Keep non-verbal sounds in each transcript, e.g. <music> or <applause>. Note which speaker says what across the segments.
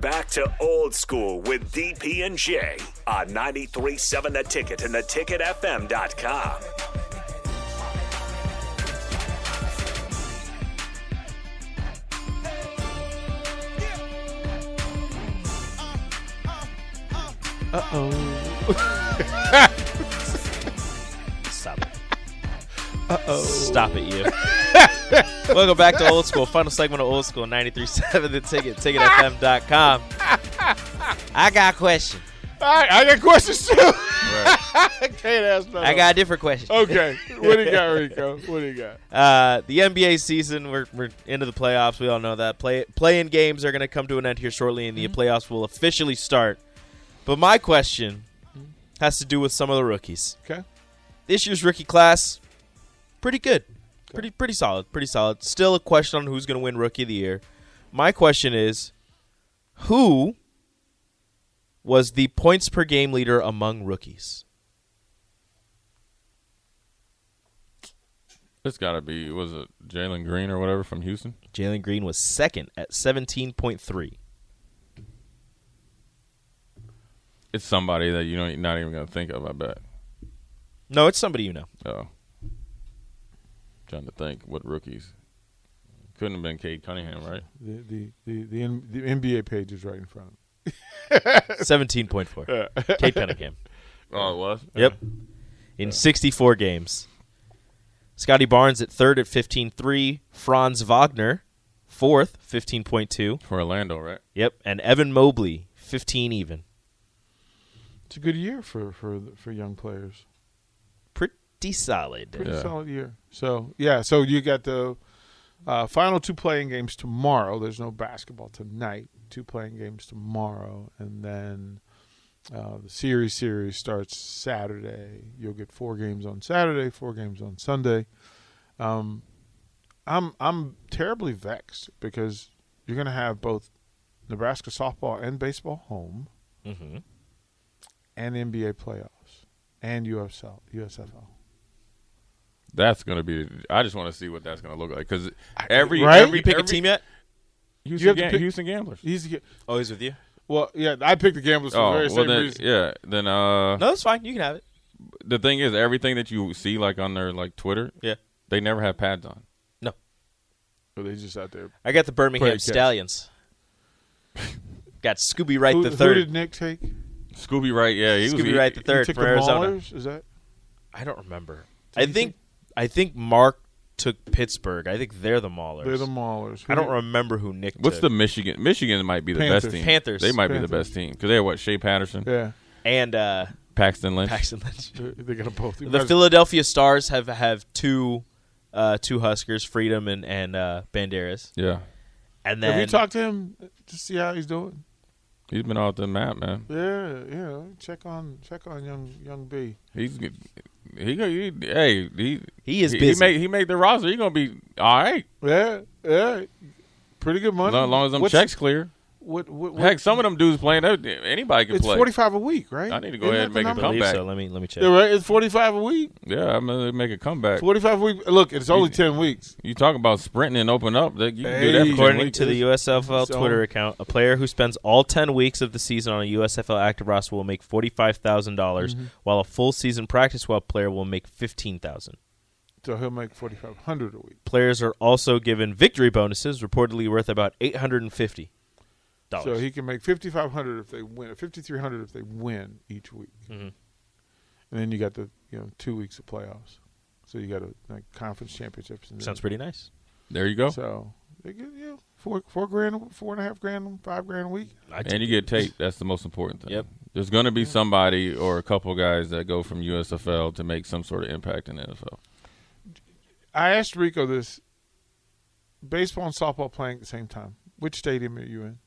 Speaker 1: Back to old school with DP and J on 93.7 The Ticket and theticketfm.com.
Speaker 2: Stop it. Uh-oh. Stop it, you. Welcome back to Old School. Final segment of Old School, 93.7 The Ticket, ticketfm.com. I got a question.
Speaker 3: I, I got questions too. I <laughs> can't ask no.
Speaker 2: I got a different question.
Speaker 3: Okay, what do you got, Rico? What do you got?
Speaker 2: Uh, the NBA season, we're, we're into the playoffs. We all know that. Play, play-in games are going to come to an end here shortly, and the playoffs will officially start. But my question has to do with some of the rookies.
Speaker 3: Okay.
Speaker 2: this year's rookie class, pretty good, pretty pretty solid, pretty solid. Still a question on who's going to win rookie of the year. My question is, who was the points per game leader among rookies?
Speaker 4: It's got to be. Was it Jalen Green or whatever from Houston?
Speaker 2: Jalen Green was second at seventeen point three.
Speaker 4: It's somebody that you know you're not even gonna think of. I bet.
Speaker 2: No, it's somebody you know.
Speaker 4: Oh, trying to think what rookies. Couldn't have been Cade Cunningham, right?
Speaker 3: The the the, the, N- the NBA page is right in front of me.
Speaker 2: Seventeen point four. Kate Cunningham.
Speaker 4: Oh, it was.
Speaker 2: Yep. In 64 games. Scotty Barnes at third at 15.3. Franz Wagner, fourth, 15.2.
Speaker 4: For Orlando, right?
Speaker 2: Yep. And Evan Mobley, 15 even.
Speaker 3: It's a good year for for for young players.
Speaker 2: Pretty solid.
Speaker 3: Pretty
Speaker 4: Yeah.
Speaker 3: solid year. So yeah, so you got the uh, final two playing games tomorrow. There's no basketball tonight. Two playing games tomorrow, and then uh, the series series starts Saturday. You'll get four games on Saturday, four games on Sunday. Um, I'm I'm terribly vexed because you're going to have both Nebraska softball and baseball home,
Speaker 2: Mhm.
Speaker 3: and NBA playoffs, and USL USFL.
Speaker 4: That's gonna be. I just want to see what that's gonna look like because every
Speaker 3: right?
Speaker 4: every
Speaker 2: You pick a
Speaker 4: every-
Speaker 2: team yet?
Speaker 4: Houston,
Speaker 3: You have to
Speaker 4: Gam-
Speaker 3: pick-
Speaker 4: Houston Gamblers.
Speaker 3: He's get-
Speaker 2: Oh, he's with you?
Speaker 3: well, yeah. I picked the Gamblers for
Speaker 4: Oh,
Speaker 3: the very
Speaker 4: well
Speaker 3: same
Speaker 4: then,
Speaker 3: reason.
Speaker 4: yeah. Then uh,
Speaker 2: No, that's fine. You can have it.
Speaker 4: the thing is, everything that you see like on their like Twitter,
Speaker 2: Yeah.
Speaker 4: they never have pads on.
Speaker 2: No.
Speaker 3: But they just out there.
Speaker 2: I got the Birmingham
Speaker 3: Pretty good. <laughs>
Speaker 2: Stallions. got Scooby Wright
Speaker 3: who,
Speaker 2: the
Speaker 3: who
Speaker 2: third.
Speaker 3: did Nick take?
Speaker 4: Scooby Wright, yeah, he was
Speaker 2: Scooby
Speaker 4: he-
Speaker 2: Wright the third
Speaker 3: he took
Speaker 2: from
Speaker 3: the
Speaker 2: Arizona.
Speaker 3: Maulers? Is that
Speaker 2: I don't remember. I think I think Mark took Pittsburgh. I think they're the Maulers.
Speaker 3: they're the Maulers? Who
Speaker 2: I don't
Speaker 3: did-
Speaker 2: remember who Nick
Speaker 4: What's the
Speaker 2: took.
Speaker 4: Michigan? Michigan might be the
Speaker 3: Panthers.
Speaker 4: best team.
Speaker 2: Panthers.
Speaker 4: They might be the
Speaker 3: Panthers.
Speaker 4: best team because they have what? Shea Patterson,
Speaker 3: Yeah,
Speaker 2: and uh,
Speaker 4: Paxton Lynch.
Speaker 2: Paxton
Speaker 3: <laughs>
Speaker 2: Lynch.
Speaker 3: they they got them both.
Speaker 2: The Philadelphia Stars have have two uh, two Huskers, Freedom and and uh, Banderas,
Speaker 4: Yeah,
Speaker 2: and
Speaker 3: Have you
Speaker 2: then
Speaker 3: talked to him to see how he's doing?
Speaker 4: he's been off the map, man.
Speaker 3: Yeah, yeah. Check on check on young young B.
Speaker 4: He's good. He, go- he hey he
Speaker 2: He is
Speaker 4: he,
Speaker 2: busy.
Speaker 4: make he make the roster. He's gonna be all right
Speaker 3: Yeah, yeah. Pretty good
Speaker 4: as
Speaker 3: money.
Speaker 4: long, as long as them
Speaker 3: What's-
Speaker 4: checks clear.
Speaker 3: What, what, what,
Speaker 4: Heck, some of them dudes playing. they- Anybody can
Speaker 3: It's
Speaker 4: play.
Speaker 3: forty five a week, right?
Speaker 4: I need to go
Speaker 3: Isn't
Speaker 4: ahead
Speaker 3: that the
Speaker 4: and make a
Speaker 3: number?
Speaker 4: comeback.
Speaker 2: believe so. Let me let me check.
Speaker 3: Yeah, right. It's forty five a week.
Speaker 4: Yeah, I'm gonna make a comeback.
Speaker 3: Forty five a week. Look, it's only ten weeks.
Speaker 4: You talk about sprinting and open up. That you can do that.
Speaker 3: Hey.
Speaker 4: for
Speaker 2: According
Speaker 4: 10
Speaker 2: to the
Speaker 4: weeks.
Speaker 2: USFL
Speaker 3: So-
Speaker 2: Twitter account, a player who spends all ten weeks of the season on a USFL active roster will make forty five dollars, while a full season practice squad player will make fifteen thousand.
Speaker 3: So he'll make forty five hundred a week.
Speaker 2: Players are also given victory bonuses, reportedly worth about eight hundred and fifty dollars.
Speaker 3: So he can make fifty five hundred if they win, fifty three hundred if they win each week,
Speaker 2: Mm-hmm.
Speaker 3: and then you got the you know two weeks of playoffs. So you got a like conference championships. And
Speaker 2: Sounds
Speaker 3: then,
Speaker 2: pretty nice.
Speaker 4: there you go,
Speaker 3: So they get you know, four four grand, four and a half grand, five grand a week.
Speaker 2: I
Speaker 4: and you get taped. That's the most important thing.
Speaker 2: Yep.
Speaker 4: There's gonna be somebody or a couple guys that go from USFL to make some sort of impact in the NFL.
Speaker 3: I asked Rico this: baseball and softball playing at the same time. Which stadium are you in?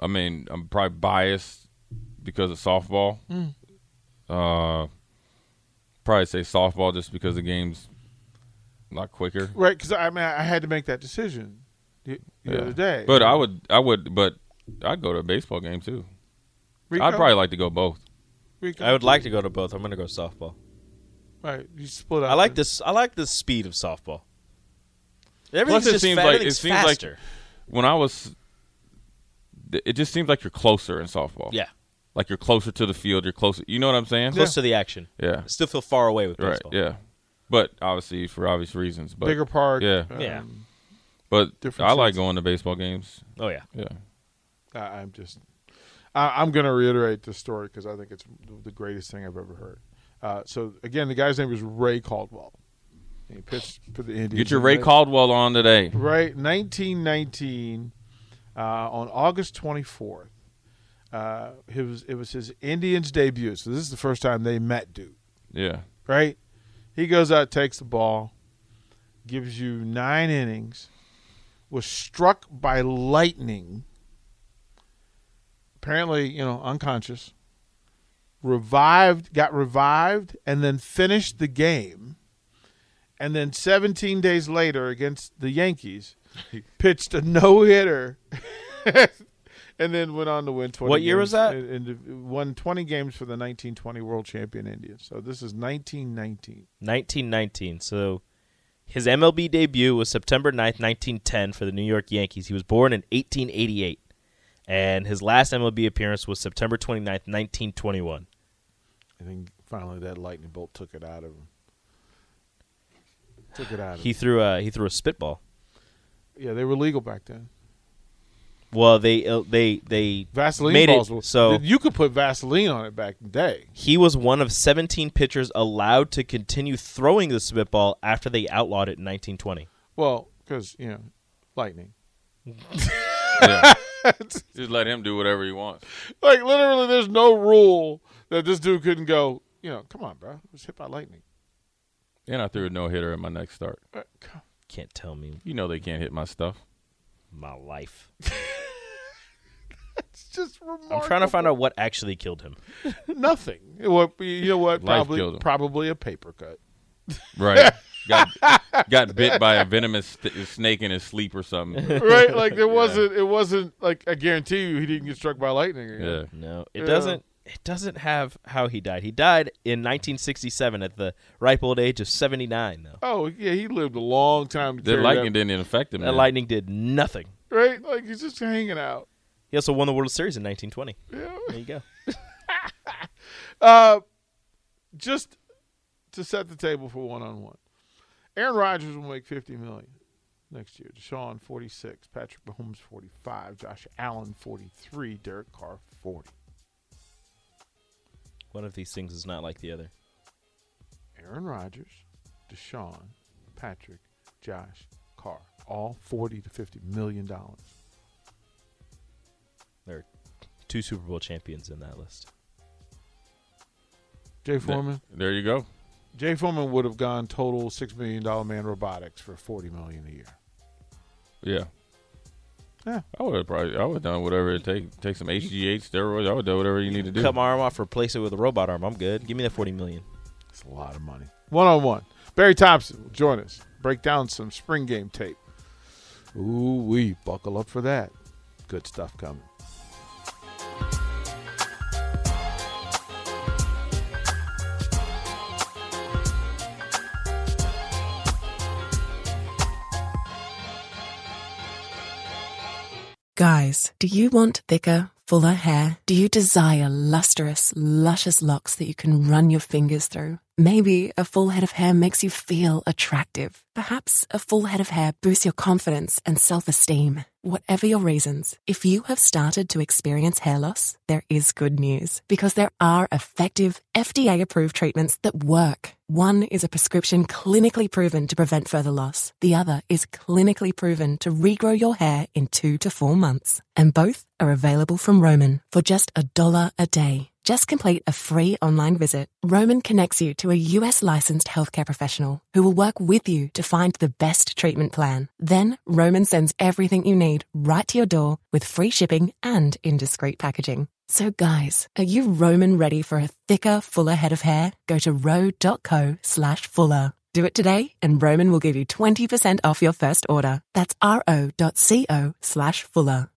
Speaker 4: I mean, I'm probably biased because of softball.
Speaker 2: Mm.
Speaker 4: Uh, probably say softball just because the game's a lot quicker.
Speaker 3: Right, because I mean, I had to make that decision the, the
Speaker 4: Yeah.
Speaker 3: other day.
Speaker 4: But I would, I would, but I'd go to a baseball game too.
Speaker 3: Rico,
Speaker 4: I'd probably like to go both.
Speaker 3: Rico,
Speaker 2: I would like to go to both. I'm going to go softball.
Speaker 3: Right, you split. Up
Speaker 2: I like
Speaker 3: the-
Speaker 2: this. I like the speed of softball. Everything's
Speaker 4: it
Speaker 2: just
Speaker 4: seems
Speaker 2: fa-
Speaker 4: like- it
Speaker 2: everything's
Speaker 4: seems like-
Speaker 2: faster.
Speaker 4: When I was, it just seems like you're closer in softball.
Speaker 5: <laughs>
Speaker 2: yeah,
Speaker 4: like you're closer to the field. You're closer. You know what I'm saying?
Speaker 2: close to the action.
Speaker 4: Yeah.
Speaker 2: I still feel far away with
Speaker 4: Right.
Speaker 2: baseball.
Speaker 4: Yeah. But obviously for obvious reasons. But
Speaker 3: bigger park.
Speaker 4: Yeah.
Speaker 3: um,
Speaker 2: Yeah.
Speaker 4: But
Speaker 3: different
Speaker 4: I like
Speaker 3: sense.
Speaker 4: going to baseball games.
Speaker 2: Oh yeah.
Speaker 4: Yeah.
Speaker 3: I, I'm just, I, I'm going to reiterate this story because I think it's the greatest thing I've ever heard. Uh, so again, the guy's name was Ray Caldwell. He pitched for the Indians.
Speaker 4: Get your Ray Caldwell on today.
Speaker 3: Right, 1919, uh, on August 24th, uh, it was it was his Indians debut. So this is the first time they met, dude.
Speaker 4: Yeah.
Speaker 3: Right, he goes out, takes the ball, gives you nine innings, was struck by lightning. Apparently, you know, unconscious. Revived, got revived, and then finished the game. And then 17 days later, against
Speaker 2: <laughs>
Speaker 3: the Yankees, pitched a no hitter, <laughs> and then went on to win 20.
Speaker 2: What year
Speaker 3: games
Speaker 2: was that?
Speaker 3: And, and won 20 games for the 1920 World Champion Indians. So this is 1919.
Speaker 2: 1919. So his MLB debut was September 9th, 1910 for the New York Yankees. He was born in 1888 and his last MLB appearance was September 29th, 1921.
Speaker 3: I think finally that lightning bolt took it out of him. Took it out of
Speaker 2: He
Speaker 3: him.
Speaker 2: threw a he threw a spitball.
Speaker 3: Yeah, they were legal back then.
Speaker 2: Well, they uh, they they
Speaker 3: Vaseline
Speaker 2: made
Speaker 3: balls.
Speaker 2: it
Speaker 3: were-
Speaker 2: so
Speaker 3: you could put Vaseline on it back in the day.
Speaker 2: he was one of 17 pitchers allowed to continue throwing the spitball after they outlawed it in 1920.
Speaker 3: Well, because you know, lightning.
Speaker 4: yeah. Just let him do whatever he wants.
Speaker 3: Like literally, there's no rule that this dude couldn't go. You know, come on, bro. It was hit by lightning.
Speaker 4: And I threw a no hitter at my next start.
Speaker 3: Uh, come-
Speaker 2: Can't tell me
Speaker 4: You know they can't hit my stuff.
Speaker 2: my life.
Speaker 3: It's just remarkable.
Speaker 4: <laughs>
Speaker 2: I'm trying to find out what actually killed him.
Speaker 3: nothing. Well, you know what?
Speaker 4: Life
Speaker 3: Probably,
Speaker 4: killed him.
Speaker 3: probably a paper
Speaker 4: <laughs>
Speaker 3: cut.
Speaker 4: Right. got got bit by a venomous st- snake in his sleep or something.
Speaker 3: Right? Like there wasn't. It wasn't like I guarantee you, he didn't get struck by lightning. again.
Speaker 4: Yeah.
Speaker 2: No, it
Speaker 3: Yeah.
Speaker 2: doesn't. It doesn't have how he died. He died in 1967 at the ripe old age of 79. Though
Speaker 3: Oh yeah, he lived a long time. To
Speaker 4: The
Speaker 3: carry
Speaker 4: lightning
Speaker 3: that
Speaker 4: didn't affect him.
Speaker 2: that
Speaker 4: man.
Speaker 2: lightning did nothing.
Speaker 3: right? Like he's just hanging out.
Speaker 2: He also won the World Series in 1920. There you go.
Speaker 3: Uh, just to set the table for one on one, Aaron Rodgers will make fifty million next year. Deshaun forty six, Patrick Mahomes forty five, Josh Allen forty three, Derek Carr forty.
Speaker 2: One of these things is not like the other.
Speaker 3: Aaron Rodgers, Deshaun, Patrick, Josh, Carr, all forty to fifty million dollars.
Speaker 2: There are two Super Bowl champions in that list.
Speaker 3: Jay
Speaker 4: Th-
Speaker 3: Foreman,
Speaker 4: There you go.
Speaker 3: Jay Foreman would have gone total six million dollar man robotics for forty million a year.
Speaker 4: Yeah.
Speaker 3: Yeah.
Speaker 4: I would have probably I would have done whatever it take take some HGH steroids. I would do whatever you need to do.
Speaker 2: Cut my arm off, replace it with a robot arm. I'm good. Give me that 40 million.
Speaker 3: It's a lot of money. One on one. Barry Thompson will join us. Break down some spring game tape. Ooh, we buckle up for that. Good stuff coming.
Speaker 6: Guys, do you want thicker, fuller hair? Do you desire lustrous, luscious locks that you can run your fingers through? Maybe a full head of hair makes you feel attractive. Perhaps a full head of hair boosts your confidence and self esteem. Whatever your reasons, if you have started to experience hair loss, there is good news because there are effective, FDA approved treatments that work. One is a prescription clinically proven to prevent further loss. The other is clinically proven to regrow your hair in two to four months. And both are available from Roman for just a dollar a day. Just complete a free online visit. Roman connects you to a US licensed healthcare professional who will work with you to find the best treatment plan. Then Roman sends everything you need right to your door with free shipping and indiscreet packaging. So guys, are you Roman ready for a thicker, fuller head of hair? Go to ro.co slash fuller. Do it today and Roman will give you 20% off your first order. That's ro.co slash fuller.